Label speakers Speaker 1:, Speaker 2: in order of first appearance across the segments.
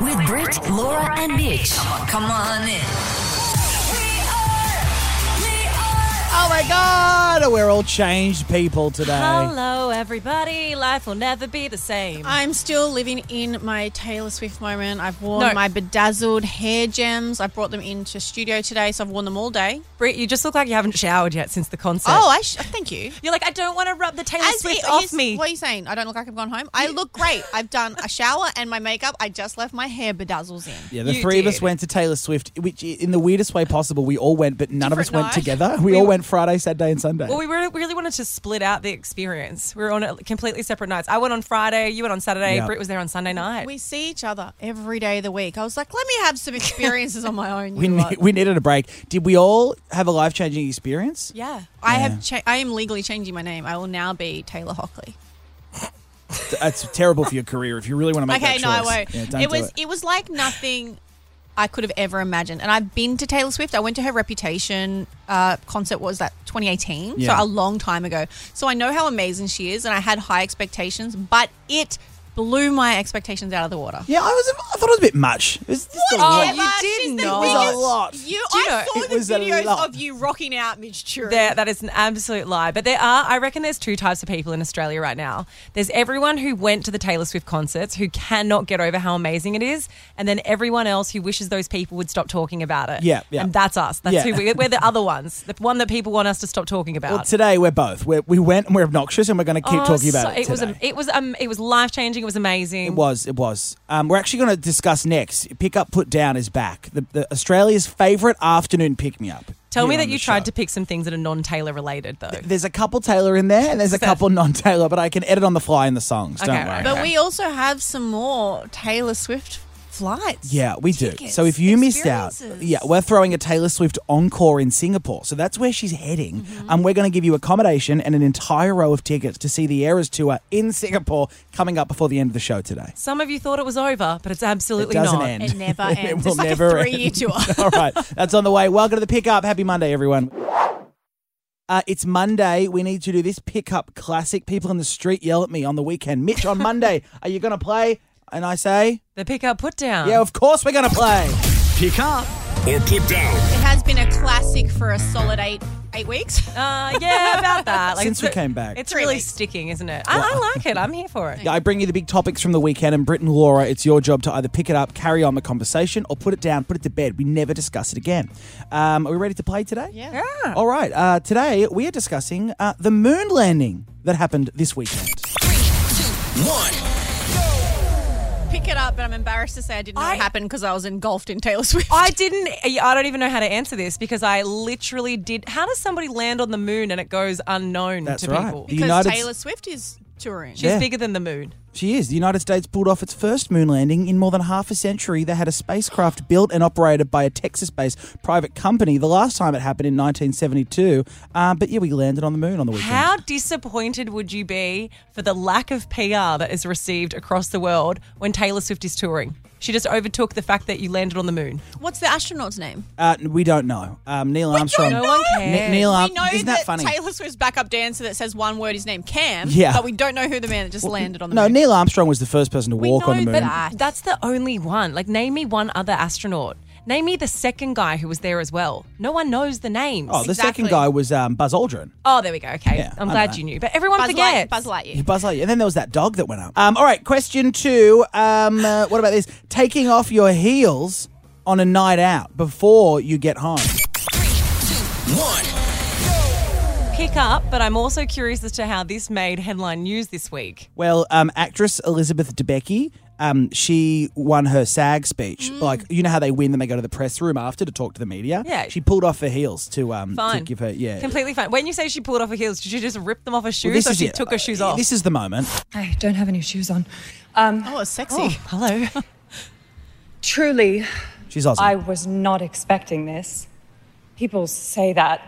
Speaker 1: Brent, Laura, and Mitch.
Speaker 2: Come on in.
Speaker 3: Oh my God, we're all changed people today.
Speaker 4: Hello, everybody. Life will never be the same.
Speaker 5: I'm still living in my Taylor Swift moment. I've worn
Speaker 4: No.
Speaker 5: my bedazzled hair gems. I brought them into studio today, so I've worn them all day.
Speaker 4: Britt, you just look like you haven't showered yet since the concert.
Speaker 5: Oh, I sh- thank you.
Speaker 4: You're like, I don't want to rub the Taylor
Speaker 5: As
Speaker 4: Swift
Speaker 5: if- are you
Speaker 4: off
Speaker 5: s-
Speaker 4: me.
Speaker 5: What are you saying? I don't look like I've gone home. I look great. I've done a shower and my makeup. I just left my hair bedazzles in.
Speaker 3: Yeah, the
Speaker 4: You
Speaker 3: three of us
Speaker 4: did.
Speaker 3: went to Taylor Swift, which i- in the weirdest way possible, we all went, but none of us
Speaker 5: Different
Speaker 3: went
Speaker 5: night.
Speaker 3: together. We, all went Friday, Saturday, and Sunday.
Speaker 4: Well, we really, really wanted to split out the experience. We were on a completely separate nights. I went on Friday, you went on Saturday,
Speaker 3: Yeah.
Speaker 4: Britt was there on Sunday night.
Speaker 5: We see each other every day of the week. I was like, let me have some experiences on my own.
Speaker 3: We,
Speaker 5: you
Speaker 3: ne-
Speaker 5: lot.
Speaker 3: we needed a break. Did we all have a life changing experience?
Speaker 4: yeah.
Speaker 5: I have. Cha- I am legally changing my name. I will now be Taylor Hockley.
Speaker 3: That's terrible for your career if you really want to make
Speaker 5: Okay,
Speaker 3: that
Speaker 5: no, I
Speaker 3: choice.
Speaker 5: won't.
Speaker 3: Yeah, don't
Speaker 5: it
Speaker 3: do
Speaker 5: was
Speaker 3: it.
Speaker 5: it. was like nothing I could have ever imagined. And I've been to Taylor Swift. I went to her Reputation uh, concert. What was that 2018?
Speaker 3: Yeah.
Speaker 5: So a long time ago. So I know how amazing she is, and I had high expectations, but it blew my expectations out of the water.
Speaker 3: Yeah, I was. I thought it was a bit much. It was just a
Speaker 4: Oh,
Speaker 3: lot.
Speaker 4: you did
Speaker 5: She's the
Speaker 4: not.
Speaker 3: It was a
Speaker 5: biggest-
Speaker 3: lot.
Speaker 5: You,
Speaker 4: Do you
Speaker 5: I
Speaker 4: know,
Speaker 5: saw
Speaker 3: it
Speaker 5: the
Speaker 3: was a
Speaker 5: videos
Speaker 3: lot.
Speaker 5: of you rocking out, Mitch True.
Speaker 4: There, that is an absolute lie. But there are, I reckon there's two types of people in Australia right now. There's everyone who went to the Taylor Swift concerts who cannot get over how amazing it is, and then everyone else who wishes those people would stop talking about it.
Speaker 3: Yeah, yeah.
Speaker 4: And that's us. That's
Speaker 3: Yeah.
Speaker 4: who we, we're the other ones. The one that people want us to stop talking about.
Speaker 3: Well, today we're both. We're, we went and we're obnoxious, and we're going to keep
Speaker 4: Oh,
Speaker 3: talking about
Speaker 4: so-
Speaker 3: it. Today.
Speaker 4: was am- it was um, it was life changing. It was amazing.
Speaker 3: It was. It was. Um, we're actually going to discuss next. Pick up, put down is back. The, the Australia's favourite afternoon pick me up.
Speaker 4: Tell me
Speaker 3: here
Speaker 4: that
Speaker 3: on
Speaker 4: you
Speaker 3: the
Speaker 4: tried
Speaker 3: show.
Speaker 4: to pick some things that are non Taylor related though.
Speaker 3: There's a couple Taylor in there, and there's a
Speaker 4: Sad.
Speaker 3: couple non-Taylor, but I can edit on the fly in the songs.
Speaker 4: Okay,
Speaker 3: don't worry.
Speaker 4: right.
Speaker 5: But we also have some more Taylor Swift flights.
Speaker 3: yeah, we do. So if you missed out,
Speaker 5: experiences.
Speaker 3: yeah, we're throwing a Taylor Swift encore in Singapore. So that's where she's heading.
Speaker 4: Mm-hmm.
Speaker 3: Um, we're going to give you accommodation and an entire row of tickets to see the Eras tour in Singapore coming up before the end of the show today.
Speaker 4: Some of you thought it was over, but it's
Speaker 3: It
Speaker 4: absolutely
Speaker 3: doesn't
Speaker 4: not.
Speaker 3: end.
Speaker 5: It never
Speaker 3: It
Speaker 5: ends.
Speaker 3: will
Speaker 5: it's like
Speaker 3: never
Speaker 5: a three-year
Speaker 3: end.
Speaker 5: tour.
Speaker 3: All right, that's on the way. Welcome to the pickup. Happy Monday, everyone. Uh, it's Monday. We need to do this pickup classic. People in the street yell at me on the weekend. Mitch, on Monday, are you going to play? And I say,
Speaker 4: The pick up put down.
Speaker 3: yeah, of course we're going to play.
Speaker 6: Pick up or put down.
Speaker 5: It has been a classic for a solid eight eight weeks.
Speaker 4: Uh, yeah, about that.
Speaker 3: Since we
Speaker 4: it's-
Speaker 3: came back.
Speaker 4: it's
Speaker 5: Three
Speaker 4: really
Speaker 5: weeks.
Speaker 4: sticking, isn't it? I, I like it. I'm here for it.
Speaker 3: Yeah, I bring you the big topics from the weekend, and Britt and Laura, it's your job to either pick it up, carry on the conversation, or put it down, put it to bed. We never discuss it again. Um, are we ready to play today?
Speaker 5: Yeah.
Speaker 3: All right. Uh, today we are discussing uh, the moon landing that happened this weekend.
Speaker 5: Pick it up, but I'm embarrassed to say I didn't know
Speaker 4: I-
Speaker 5: it happened because I was engulfed in Taylor Swift.
Speaker 4: I didn't. I don't even know how to answer this because I literally did. How does somebody land on the moon and it goes unknown
Speaker 3: That's
Speaker 4: to
Speaker 3: right.
Speaker 4: people?
Speaker 3: The
Speaker 5: because
Speaker 3: United-
Speaker 5: Taylor Swift is touring.
Speaker 4: She's
Speaker 3: Yeah.
Speaker 4: bigger than the moon.
Speaker 3: She is. The United States pulled off its first moon landing in more than half a century. They had a spacecraft built and operated by a Texas based private company the last time it happened in 1972. Um, but yeah, we landed on the moon on the weekend.
Speaker 4: How disappointed would you be for the lack of PR that is received across the world when Taylor Swift is touring? She just overtook the fact that you landed on the moon.
Speaker 5: What's the astronaut's name?
Speaker 3: Uh, we don't know. Um, Neil Armstrong.
Speaker 4: know. No one cares.
Speaker 3: Neil Arm-
Speaker 5: we know
Speaker 3: Isn't that,
Speaker 5: that,
Speaker 3: funny?
Speaker 5: Taylor Swift's backup dancer that says one word is named Cam,
Speaker 3: Yeah.
Speaker 5: but we don't know who the man that just landed on the
Speaker 3: no,
Speaker 5: moon.
Speaker 3: Neil Armstrong was the first person to walk on the
Speaker 4: No,
Speaker 3: moon.
Speaker 4: but that's the only one. Like, name me one other astronaut. Name me the second guy who was there as well. No one knows the names.
Speaker 3: oh, the second
Speaker 5: Exactly.
Speaker 3: guy was um, Buzz Aldrin.
Speaker 4: Oh, there we go. Okay,
Speaker 3: Yeah,
Speaker 4: I'm
Speaker 3: I
Speaker 4: glad
Speaker 3: know.
Speaker 4: you knew. But everyone
Speaker 5: Buzz, Light,
Speaker 4: forgets.
Speaker 5: Buzz
Speaker 3: Yeah,
Speaker 5: Lightyear.
Speaker 3: Buzz Lightyear. And then there was that dog that went up. Um, all right, question two. Um, uh, what about this? Taking off your heels on a night out before you get home.
Speaker 4: Pick up. But I'm also curious as to how this made headline news this week.
Speaker 3: Well, um, actress Elizabeth Debicki, um, she won her SAG speech.
Speaker 4: Mm.
Speaker 3: Like, you know how they win, then they go to the press room after to talk to the media.
Speaker 4: Yeah.
Speaker 3: she pulled off her heels to um
Speaker 4: Fine.
Speaker 3: to give her yeah.
Speaker 4: Completely fine. When you say she pulled off her heels, did she just rip them off her shoes,
Speaker 3: Well, this
Speaker 4: or
Speaker 3: is
Speaker 4: she
Speaker 3: it.
Speaker 4: took her shoes
Speaker 3: Uh,
Speaker 4: off?
Speaker 3: This is the moment.
Speaker 7: I don't have any shoes on. Um,
Speaker 5: Oh, sexy.
Speaker 4: Oh, hello.
Speaker 7: truly,
Speaker 3: She's awesome.
Speaker 7: I was not expecting this. People say that,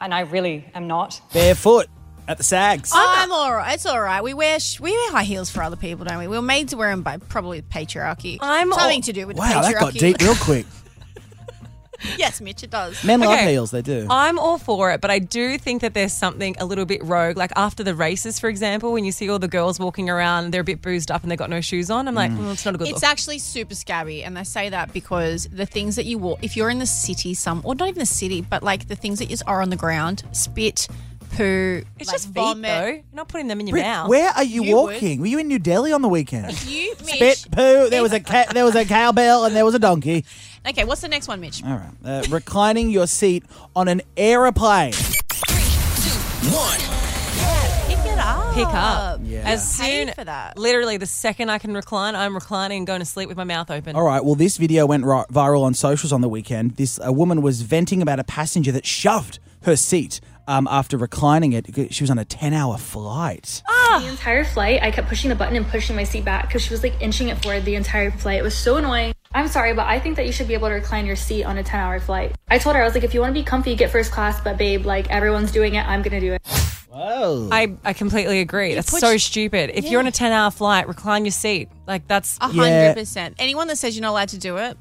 Speaker 7: and I really am not.
Speaker 3: Barefoot at the SAGs.
Speaker 5: I'm, I'm all right. It's all right. We wear sh- we wear high heels for other people, don't we? We were made to wear them by probably patriarchy.
Speaker 4: I'm all-
Speaker 5: something to do with the
Speaker 3: wow,
Speaker 5: patriarchy.
Speaker 3: that got deep real quick.
Speaker 5: yes, Mitch, it does.
Speaker 3: Men love
Speaker 4: Okay.
Speaker 3: heels, they do.
Speaker 4: I'm all for it, but I do think that there's something a little bit rogue. Like after the races, for example, when you see all the girls walking around, they're a bit boozed up and they've got no shoes on. I'm like,
Speaker 3: Mm.
Speaker 4: well, it's not a good
Speaker 5: It's
Speaker 4: look.
Speaker 5: actually super scabby, and I say that because the things that you walk, if you're in the city, some or not even the city, but like the things that is are on the ground, spit, poo,
Speaker 4: It's
Speaker 5: like
Speaker 4: just feet,
Speaker 5: vomit.
Speaker 4: though. You're not putting them in your
Speaker 3: Brit,
Speaker 4: mouth.
Speaker 3: where are you,
Speaker 5: You would.
Speaker 3: walking? Were you in New Delhi on the weekend?
Speaker 5: You, Mitch.
Speaker 3: Spit, poo. There was a ca- there was a cowbell and there was a donkey.
Speaker 5: Okay, what's the next one, Mitch?
Speaker 3: All right, uh, reclining your seat on an aeroplane.
Speaker 6: One.
Speaker 5: Pick it up.
Speaker 4: Pick up.
Speaker 3: Yeah.
Speaker 4: As
Speaker 5: Pay
Speaker 4: soon
Speaker 5: for that.
Speaker 4: literally the second I can recline, I'm reclining and going to sleep with my mouth open.
Speaker 3: All right. Well, this video went ri- viral on socials on the weekend. This a woman was venting about a passenger that shoved her seat um, after reclining it. She was on a ten-hour flight.
Speaker 4: Oh,
Speaker 1: The entire flight, I kept pushing the button and pushing my seat back because she was like inching it forward the entire flight. It was so annoying. I'm sorry, but I think that you should be able to recline your seat on a 10 hour flight. I told her, I was like, if you want to be comfy, get first class, but babe, like everyone's doing it, I'm going to do it.
Speaker 3: Whoa.
Speaker 4: I, I completely agree. That's
Speaker 5: push-
Speaker 4: so stupid. If you're on a 10 hour flight, recline your seat. Like, that's.
Speaker 5: A
Speaker 3: Yeah.
Speaker 5: hundred percent. Anyone that says you're not allowed to do it,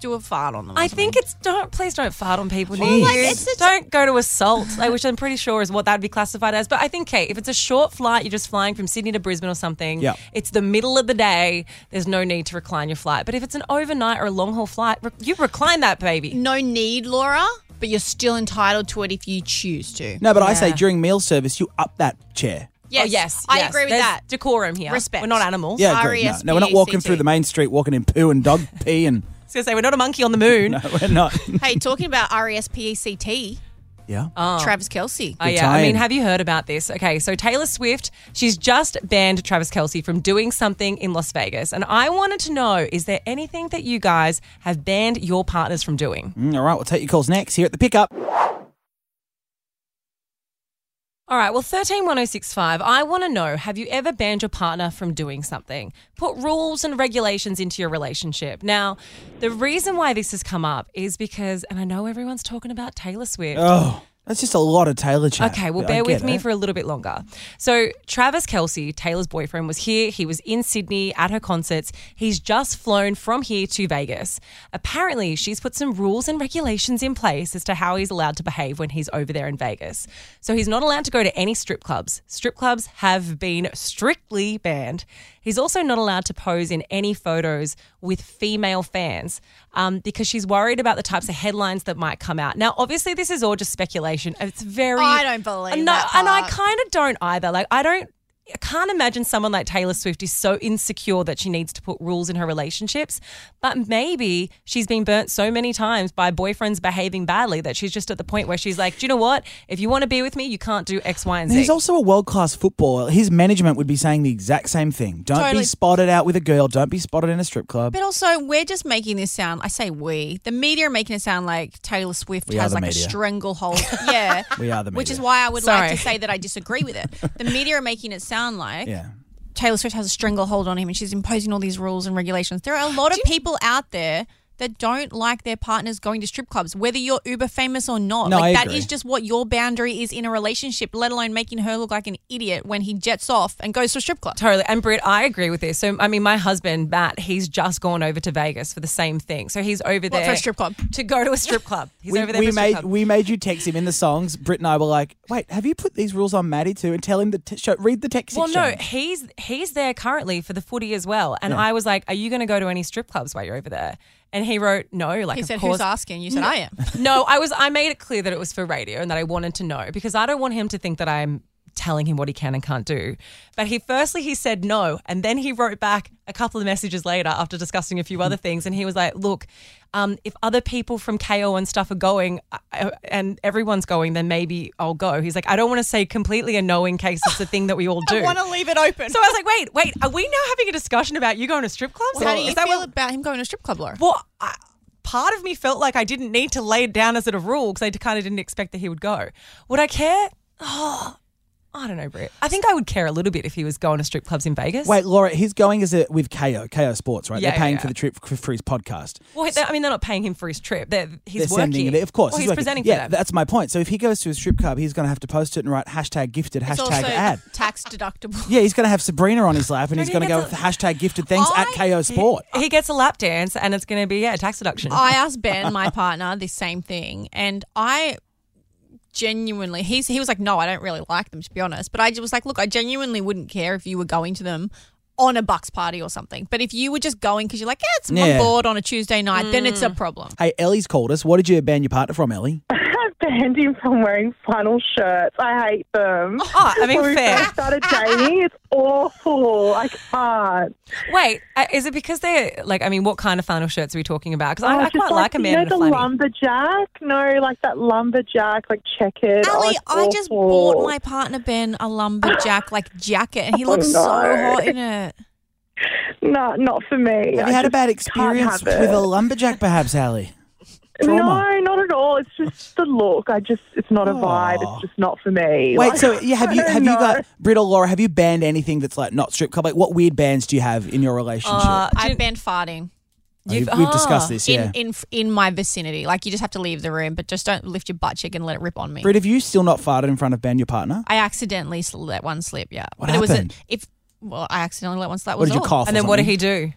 Speaker 5: do a fart on them. or
Speaker 4: I
Speaker 5: something.
Speaker 4: think it's don't please don't fart on people. near
Speaker 3: like,
Speaker 4: you.
Speaker 5: it's- it's-
Speaker 4: don't go to assault, like, which I'm pretty sure is what that'd be classified as. But I think, Kate, if it's a short flight, you're just flying from Sydney to Brisbane or something.
Speaker 3: Yeah.
Speaker 4: It's the middle of the day. There's no need to recline your flight. But if it's an overnight or a long haul flight, re- you recline that baby.
Speaker 5: no need, Laura, but you're still entitled to it if you choose to.
Speaker 3: no, but I say during meal service, you up that chair.
Speaker 5: Yes,
Speaker 4: oh, yes,
Speaker 5: I
Speaker 4: yes.
Speaker 5: agree with
Speaker 4: There's
Speaker 5: that.
Speaker 4: Decorum here.
Speaker 5: Respect.
Speaker 4: We're not animals.
Speaker 3: Yeah, agree. No, no, we're
Speaker 4: E
Speaker 3: not walking
Speaker 5: R-E-S-P-E-C-T.
Speaker 3: through the main street, walking in poo and dog pee, and
Speaker 4: I was gonna say we're not a monkey on the moon.
Speaker 3: we're not.
Speaker 5: hey, talking about R E S P E C T,
Speaker 3: Yeah.
Speaker 5: Travis Kelsey.
Speaker 4: Oh, yeah. I
Speaker 3: tie-in.
Speaker 4: mean, have you heard about this? Okay, so Taylor Swift, she's just banned Travis Kelsey from doing something in Las Vegas. And I wanted to know is there anything that you guys have banned your partners from doing?
Speaker 3: Mm, all right, we'll take your calls next here at the pickup.
Speaker 4: All right, well, 131065, I want to know have you ever banned your partner from doing something? Put rules and regulations into your relationship. Now, the reason why this has come up is because, and I know everyone's talking about Taylor Swift.
Speaker 3: Oh, that's just a lot of Taylor chat.
Speaker 4: Okay, well,
Speaker 3: I
Speaker 4: bear
Speaker 3: get
Speaker 4: with me
Speaker 3: it.
Speaker 4: for a little bit longer. So, Travis Kelsey, Taylor's boyfriend, was here. He was in Sydney at her concerts. He's just flown from here to Vegas. Apparently, she's put some rules and regulations in place as to how he's allowed to behave when he's over there in Vegas. So, he's not allowed to go to any strip clubs. Strip clubs have been strictly banned. He's also not allowed to pose in any photos with female fans um, because she's worried about the types of headlines that might come out. Now, obviously, this is all just speculation. It's very
Speaker 5: I don't believe
Speaker 4: no,
Speaker 5: that
Speaker 4: and I
Speaker 5: part.
Speaker 4: kind of don't either. Like I don't. I can't imagine someone like Taylor Swift is so insecure that she needs to put rules in her relationships. But maybe she's been burnt so many times by boyfriends behaving badly that she's just at the point where she's like, do you know what? If you want to be with me, you can't do X, Y, and Z.
Speaker 3: He's also a world class footballer. His management would be saying the exact same thing. Don't be
Speaker 5: Totally.
Speaker 3: spotted out with a girl. Don't be spotted in a strip club.
Speaker 5: But also, we're just making this sound. I say we. The media are making it sound like Taylor Swift
Speaker 3: We are
Speaker 5: has
Speaker 3: the
Speaker 5: like
Speaker 3: media.
Speaker 5: a stranglehold. yeah,
Speaker 3: We are the
Speaker 5: Which is
Speaker 3: media.
Speaker 5: why I would like
Speaker 4: Sorry.
Speaker 5: to say that I disagree with it. The media are making it sound like
Speaker 3: Yeah.
Speaker 5: Taylor Swift has a stranglehold on him, and she's imposing all these rules and regulations. There are a lot of people out there that don't like their partners going to strip clubs, whether you're uber famous or not.
Speaker 3: No,
Speaker 5: like
Speaker 3: I
Speaker 5: that
Speaker 3: agree.
Speaker 5: is just what your boundary is in a relationship. Let alone making her look like an idiot when he jets off and goes to a strip club.
Speaker 4: Totally. And Britt, I agree with this. So, I mean, my husband, Matt, he's just gone over to Vegas for the same thing. So he's over there.
Speaker 5: for a strip club?
Speaker 4: To go to a strip club. He's
Speaker 3: We,
Speaker 4: over there
Speaker 3: we
Speaker 4: for a strip
Speaker 3: made
Speaker 4: club.
Speaker 3: we made you text him in the songs. Britt and I were like, "Wait, have you put these rules on Maddie too?" And tell him the t- show, read the text.
Speaker 4: Well, no,
Speaker 3: exchange.
Speaker 4: he's he's there currently for the footy as well, and I was like, "Are you going to go to any strip clubs while you're over there?" And he wrote, "No." Like,
Speaker 5: He
Speaker 4: of
Speaker 5: said,
Speaker 4: course,
Speaker 5: "Who's asking?" You said, "I am."
Speaker 4: no, I was. I made it clear that it was for radio and that I wanted to know because I don't want him to think that I'm telling him what he can and can't do. But he firstly he said no, and then he wrote back a couple of messages later after discussing a few other
Speaker 5: Mm.
Speaker 4: things, and he was like, "Look, um, if other people from KO and stuff are going, I- I- and everyone's going, then maybe I'll go." He's like, "I don't want to say completely a no in case it's a thing that we all do."
Speaker 5: want to leave it open.
Speaker 4: So I was like, wait, wait, are we now having a discussion about you going to strip clubs?
Speaker 5: How do you
Speaker 4: Is that
Speaker 5: feel
Speaker 4: what-
Speaker 5: about him going to a strip club, Laura?
Speaker 4: well, I, part of me felt like I didn't need to lay it down as a rule because I kind of didn't expect that he would go. Would I care? Oh, I don't know, Britt. I think I would care a little bit if he was going to strip clubs in Vegas.
Speaker 3: Wait, Laura, he's going as a with KO, KO Sports, right?
Speaker 4: Yeah,
Speaker 3: They're paying
Speaker 4: yeah,
Speaker 3: for
Speaker 4: yeah.
Speaker 3: the trip for, for his podcast.
Speaker 4: Well, they- I mean, they're not paying him for his trip. They're,
Speaker 3: They're
Speaker 4: he's
Speaker 3: sending
Speaker 4: working.
Speaker 3: it. Of course,
Speaker 4: Well, he's,
Speaker 3: working.
Speaker 4: presenting
Speaker 3: Yeah,
Speaker 4: for them.
Speaker 3: that's my point. So if he goes to a strip club, he's going to have to post it and write hashtag gifted,
Speaker 5: It's
Speaker 3: hashtag
Speaker 5: also
Speaker 3: ad.
Speaker 5: tax deductible.
Speaker 3: Yeah, he's going to have Sabrina on his lap, and he's
Speaker 4: he
Speaker 3: going to go with
Speaker 4: gets
Speaker 3: the hashtag gifted thanks at
Speaker 5: I- Oh.
Speaker 3: KO Sport.
Speaker 4: he gets a lap dance, and it's going to be yeah, tax deduction.
Speaker 5: I asked Ben, my partner, this same thing, and I genuinely he's he was like, no, I don't really like them to be honest. But I just was like, look, I genuinely wouldn't care if you were going to them on a bucks party or something. But if you were just going because you're like, yeah, it's
Speaker 3: Yeah.
Speaker 5: on board on a Tuesday night, then it's a
Speaker 2: Mm.
Speaker 5: problem.
Speaker 3: Hey, Ellie's called us. What did you ban your partner from, Ellie?
Speaker 2: I've banned him from wearing flannel shirts. I hate them.
Speaker 4: Oh, I mean,
Speaker 2: When we
Speaker 4: fair.
Speaker 2: first started dating, it's awful. I can't.
Speaker 4: Wait, uh, is it because they're like? I mean, what kind of flannel shirts are we talking about? Because
Speaker 2: Oh,
Speaker 4: I, I
Speaker 2: just
Speaker 4: quite like, a
Speaker 2: you
Speaker 4: man
Speaker 2: know,
Speaker 4: in a
Speaker 2: the
Speaker 4: flannel.
Speaker 2: lumberjack. No, like that lumberjack, like checkered. oh,
Speaker 5: Ali,
Speaker 2: it's
Speaker 5: I just
Speaker 2: awful.
Speaker 5: bought my partner Ben a lumberjack like jacket, and he
Speaker 2: Oh,
Speaker 5: looks so
Speaker 2: no.
Speaker 5: hot in it.
Speaker 2: No, not for me.
Speaker 3: Have
Speaker 2: I
Speaker 3: you had a bad
Speaker 2: just can't
Speaker 3: experience
Speaker 2: have
Speaker 3: with
Speaker 2: it.
Speaker 3: a lumberjack, perhaps, Ellie? Trauma.
Speaker 2: No, not at all. It's just the look. I just, it's not a vibe.
Speaker 3: Aw.
Speaker 2: It's just not for me.
Speaker 3: Wait,
Speaker 2: Like,
Speaker 3: so yeah, have you
Speaker 2: I don't
Speaker 3: have you
Speaker 2: know.
Speaker 3: got Brit or Laura? Have you banned anything that's like not strip club? Like, what weird bans do you have in your relationship?
Speaker 4: Uh, do
Speaker 5: I've
Speaker 4: you-
Speaker 5: been farting.
Speaker 3: Oh, you've- we've discussed
Speaker 4: ah,
Speaker 3: this,
Speaker 5: in
Speaker 3: yeah.
Speaker 5: in in my vicinity. Like you just have to leave the room, but just don't lift your butt cheek and let it rip on me.
Speaker 3: Brit, have you still not farted in front of ban your partner?
Speaker 5: I accidentally sl- let one slip. Yeah,
Speaker 3: What
Speaker 5: but it was a,
Speaker 3: happened?
Speaker 5: if well, I accidentally let one slip. that
Speaker 3: What
Speaker 5: was
Speaker 3: did you
Speaker 5: all.
Speaker 3: cough?
Speaker 4: And
Speaker 3: or
Speaker 4: then what did
Speaker 3: something?
Speaker 4: he do?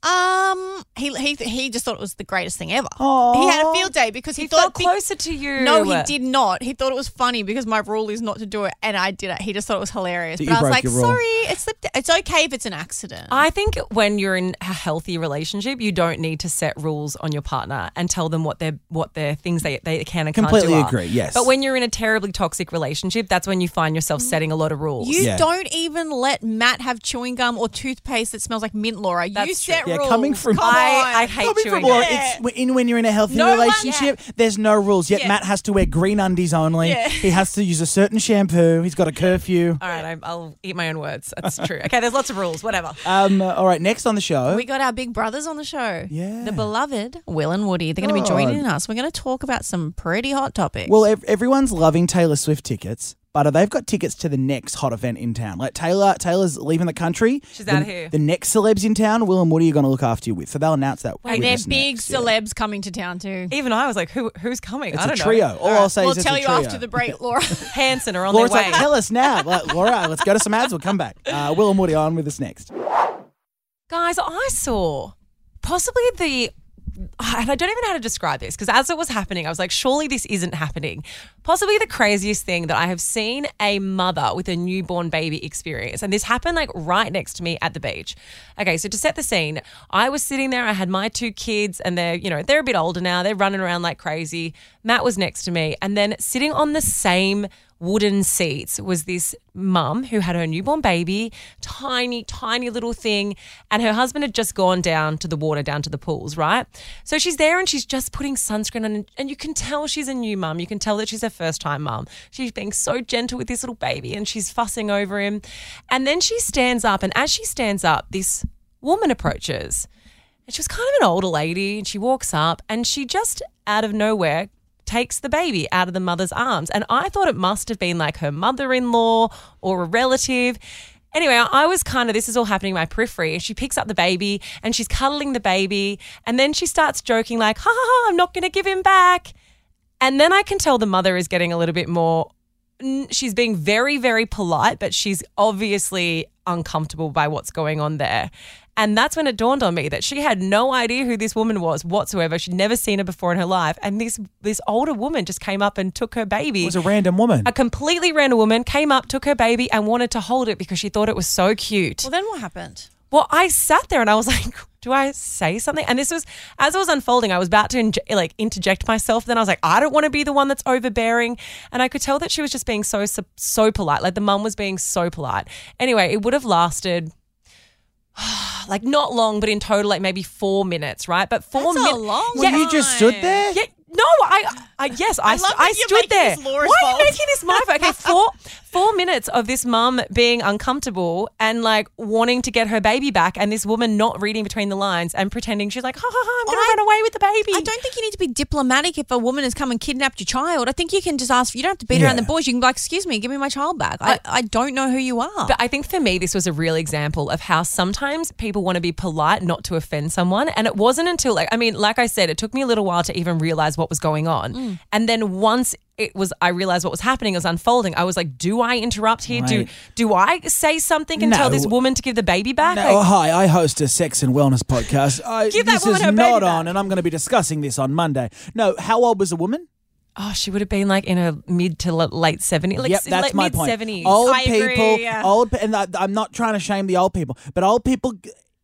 Speaker 5: Um, he he he just thought it was the greatest thing ever.
Speaker 3: Aw.
Speaker 5: He had a field day because he,
Speaker 4: He
Speaker 5: thought
Speaker 4: felt
Speaker 5: be-
Speaker 4: closer to you. uh,
Speaker 5: No, he did not. He thought it was funny because my rule is not to do it, and I did it. He just thought it was hilarious.
Speaker 3: That
Speaker 5: but
Speaker 3: you
Speaker 5: I was
Speaker 3: broke
Speaker 5: like,
Speaker 3: your rule.
Speaker 5: sorry, it slipped. It's okay if it's an accident.
Speaker 4: I think when you're in a healthy relationship, you don't need to set rules on your partner and tell them what their what their things they, they can and
Speaker 3: Completely
Speaker 4: can't do are.
Speaker 3: agree, yes.
Speaker 4: But when you're in a terribly toxic relationship, that's when you find yourself setting a lot of rules.
Speaker 5: you
Speaker 3: Yeah.
Speaker 5: don't even let Matt have chewing gum or toothpaste that smells like mint, Laura. You
Speaker 4: That's true.
Speaker 5: set
Speaker 3: Yeah,
Speaker 5: rules.
Speaker 3: coming from-
Speaker 5: Come
Speaker 4: I, I
Speaker 5: on.
Speaker 4: hate
Speaker 3: Coming
Speaker 4: chewing
Speaker 3: from Laura,
Speaker 4: gum.
Speaker 3: it's in when you're in a healthy
Speaker 5: No one-
Speaker 3: relationship. There's no rules. Yet
Speaker 5: Yeah.
Speaker 3: Matt has to wear green undies only.
Speaker 5: Yeah.
Speaker 3: He has to use a certain shampoo. He's got a curfew.
Speaker 4: All right, I, I'll eat my own words. That's true. Okay, there's lots of rules. Whatever.
Speaker 3: Um, all right, next on the show.
Speaker 5: We got our big brothers on the show.
Speaker 3: Yeah. Oh.
Speaker 5: The beloved Will and Woody. They're going to be joining us. We're going to talk about some pretty hot topics.
Speaker 3: Well, ev- everyone's loving Taylor Swift tickets, but uh, they've got tickets to the next hot event in town. Like Taylor, Taylor's leaving the country.
Speaker 4: She's
Speaker 3: The-
Speaker 4: outta here.
Speaker 3: The next celebs in town, Will and Woody are going to look after you with. So they'll announce that.
Speaker 5: and
Speaker 3: with
Speaker 5: they're
Speaker 3: us
Speaker 5: big
Speaker 3: next, yeah.
Speaker 5: celebs coming to town too.
Speaker 4: Even I was like, who who's coming?
Speaker 3: It's
Speaker 4: I
Speaker 3: a
Speaker 4: don't
Speaker 3: trio.
Speaker 4: know.
Speaker 3: All I'll say
Speaker 5: we'll
Speaker 3: is it's
Speaker 5: tell
Speaker 3: a
Speaker 5: you
Speaker 3: trio.
Speaker 5: after the break, Laura.
Speaker 4: Hanson are on
Speaker 3: Laura's
Speaker 4: their way.
Speaker 3: like, tell us now. Like, Laura, let's go to some ads. We'll come back. Uh, Will and Woody are on with us next.
Speaker 4: Guys, I saw possibly the. And I don't even know how to describe this because as it was happening, I was like, surely this isn't happening. Possibly the craziest thing that I have seen a mother with a newborn baby experience. And this happened like right next to me at the beach. Okay, so to set the scene, I was sitting there, I had my two kids, and they're, you know, they're a bit older now, they're running around like crazy. Matt was next to me. And then sitting on the same wooden seats was this mum who had her newborn baby, tiny, tiny little thing, and her husband had just gone down to the water, down to the pools, right? So she's there and she's just putting sunscreen on, and you can tell she's a new mum. You can tell that she's a first time mum. She's being so gentle with this little baby and she's fussing over him. And then she stands up, and as she stands up, this woman approaches. And she was kind of an older lady, and she walks up and she just out of nowhere takes the baby out of the mother's arms. And I thought it must have been like her mother in law or a relative. Anyway, I was kind of, this is all happening in my periphery. And she picks up the baby and she's cuddling the baby. And then she starts joking, like, ha ha ha, I'm not going to give him back. And then I can tell the mother is getting a little bit more. n- She's being very, very polite, but she's obviously uncomfortable by what's going on there. And that's when it dawned on me that she had no idea who this woman was whatsoever. She'd never seen her before in her life. And this this older woman just came up and took her baby.
Speaker 3: It was a random woman.
Speaker 4: a completely random woman came up, took her baby, and wanted to hold it because she thought it was so cute.
Speaker 5: well, then what happened?
Speaker 4: Well, I sat there and I was like, do I say something? And this was as it was unfolding, I was about to inje- like interject myself. Then I was like, I don't want to be the one that's overbearing. And I could tell that she was just being so so, so polite. Like the mum was being so polite. Anyway, it would have lasted like not long, but in total, like maybe four minutes, right? But four
Speaker 5: That's a
Speaker 4: minutes.
Speaker 5: long
Speaker 3: Well, you just stood
Speaker 5: Fine.
Speaker 3: there?
Speaker 4: Yeah, no, I, I yes, I,
Speaker 5: love that
Speaker 4: I
Speaker 5: you're
Speaker 4: stood
Speaker 5: making
Speaker 4: there.
Speaker 5: this Laura's
Speaker 4: Why are
Speaker 5: fault.
Speaker 4: you making this my fault? Okay, four, four minutes of this mum being uncomfortable and like wanting to get her baby back, and this woman not reading between the lines and pretending she's like, ha ha ha, I'm going
Speaker 5: I-
Speaker 4: to run away with the baby.
Speaker 5: I don't think you need to be diplomatic if a woman has come and kidnapped your child. I think you can just ask. You don't have to beat around the
Speaker 3: Yeah.
Speaker 5: bush. You can be like, "Excuse me, give me my child back." I, I don't know who you are.
Speaker 4: But I think for me, this was a real example of how sometimes people want to be polite not to offend someone. And it wasn't until, like, I mean, like I said, it took me a little while to even realize what was going on.
Speaker 3: Mm.
Speaker 4: And then once it was, I realized what was happening, it was unfolding. I was like, do I interrupt here? Do
Speaker 3: Right.
Speaker 4: do I say something and tell this
Speaker 3: No.
Speaker 4: woman to give the baby back?
Speaker 3: No, oh,
Speaker 4: Like,
Speaker 3: hi, I host a sex and wellness podcast. I,
Speaker 4: Give that
Speaker 3: this
Speaker 4: woman
Speaker 3: is
Speaker 4: her baby
Speaker 3: not
Speaker 4: back.
Speaker 3: on, and I'm going to be discussing this on Monday. No, how old was the woman?
Speaker 4: oh, she would have been like in her mid to l- late 70s. Like,
Speaker 3: yep, that's
Speaker 4: like
Speaker 3: my
Speaker 4: mid
Speaker 3: point.
Speaker 4: 70s.
Speaker 3: Old
Speaker 5: I agree,
Speaker 3: people,
Speaker 5: yeah.
Speaker 3: old, and I, I'm not trying to shame the old people, but old people,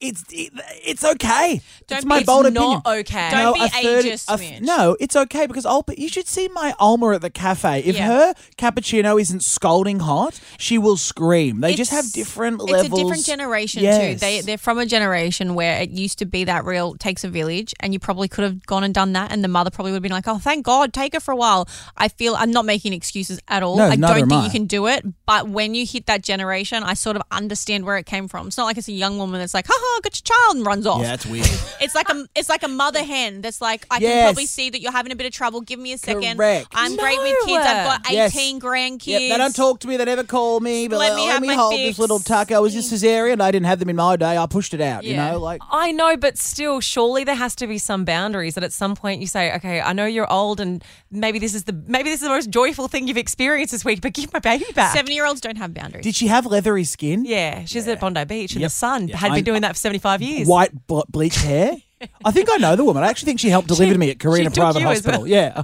Speaker 3: it's it, it's okay.
Speaker 5: Don't
Speaker 3: it's
Speaker 5: be-
Speaker 3: my
Speaker 5: it's
Speaker 3: bold opinion.
Speaker 4: not okay.
Speaker 5: Don't be
Speaker 3: a third-
Speaker 5: ageist,
Speaker 3: a-
Speaker 5: Mitch.
Speaker 3: No, it's okay because old. pe- You should see my Alma at the cafe. If
Speaker 5: Yeah.
Speaker 3: her cappuccino isn't scalding hot, she will scream. They just
Speaker 5: It's-
Speaker 3: have different
Speaker 5: it's
Speaker 3: levels.
Speaker 5: a different generation too.
Speaker 3: Yes.
Speaker 5: They they're from a generation where it used to be that real takes a village, and you probably could have gone and done that, and the mother probably would have been like, "Oh, thank God, take her for a while." I feel I'm not making excuses at all.
Speaker 3: No,
Speaker 5: I
Speaker 3: neither
Speaker 5: don't
Speaker 3: am
Speaker 5: think
Speaker 3: I.
Speaker 5: you can do it, but when you hit that generation, I sort of understand where it came from. It's not like it's a young woman that's like, "Ha ha, got your child," and runs off.
Speaker 3: yeah, it's weird.
Speaker 5: It's like a it's like a mother hen that's like I
Speaker 3: Yes.
Speaker 5: can probably see that you're having a bit of trouble. Give me a second.
Speaker 3: Correct.
Speaker 5: I'm great with
Speaker 4: No.
Speaker 5: kids. I've got 18
Speaker 3: Yes.
Speaker 5: grandkids.
Speaker 3: Yep, they don't talk to me. They never call me. But
Speaker 5: Let
Speaker 3: let
Speaker 5: me
Speaker 3: me,
Speaker 5: have
Speaker 3: let me
Speaker 5: my
Speaker 3: hold
Speaker 5: fix.
Speaker 3: this little taco. It was just cesarean. I didn't have them in my day. I pushed it out.
Speaker 5: Yeah.
Speaker 3: You know, like
Speaker 4: I know, but still, surely there has to be some boundaries that at some point you say, okay, I know you're old and maybe this is the maybe this is the most joyful thing you've experienced this week, but give my baby back.
Speaker 5: Seven year olds don't have boundaries.
Speaker 3: did she have leathery skin?
Speaker 4: yeah, she's at Bondi Beach and
Speaker 3: Yep.
Speaker 4: the sun
Speaker 3: Yeah,
Speaker 4: had
Speaker 3: I-
Speaker 4: been doing that for 75 years.
Speaker 3: White ble- bleached hair. I think I know the woman. I actually think she helped deliver me at Karina
Speaker 4: took
Speaker 3: Private
Speaker 4: you as
Speaker 3: Hospital.
Speaker 4: well.
Speaker 3: Yeah.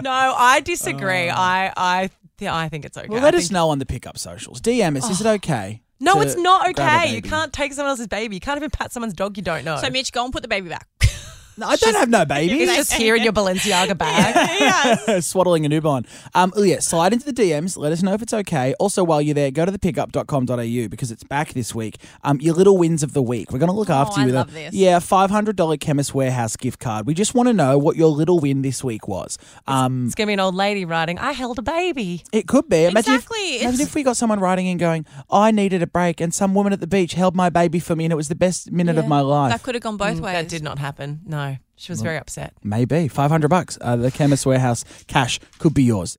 Speaker 4: No, I disagree. I I th- I think it's okay.
Speaker 3: Oh. Well,
Speaker 4: I
Speaker 3: let
Speaker 4: think- Oh.
Speaker 3: us know on the pickup socials. DM us. Is it okay?
Speaker 4: No,
Speaker 3: to
Speaker 4: it's not
Speaker 3: grab a
Speaker 4: okay. You
Speaker 3: baby?
Speaker 4: can't take someone else's baby. You can't even pat someone's dog you don't know.
Speaker 5: So Mitch, go and put the baby back.
Speaker 3: No, I don't have no baby.
Speaker 4: it's just here in your Balenciaga bag.
Speaker 3: swaddling a newborn. Um, oh yeah, slide into the DMs. Let us know if it's okay. Also, while you're there, go to the pickup.com.au because it's back this week. Um, your little wins of the week. We're going to
Speaker 4: Oh,
Speaker 3: look after you
Speaker 5: I
Speaker 3: with
Speaker 5: love
Speaker 3: a
Speaker 5: this.
Speaker 3: yeah $500 Chemist Warehouse gift card. We just want to know what your little win this week was. Um,
Speaker 4: it's going to be an old lady writing, I held a baby.
Speaker 3: it could be. Imagine
Speaker 5: Exactly,
Speaker 3: If,
Speaker 5: it's-
Speaker 3: imagine if we got someone writing in going, I needed a break and some woman at the beach held my baby for me and it was the best minute of my life.
Speaker 5: That could have gone both ways.
Speaker 4: Mm, That did not happen. No, she was very upset.
Speaker 3: Maybe. 500 bucks. Uh, the Chemist Warehouse cash could be yours.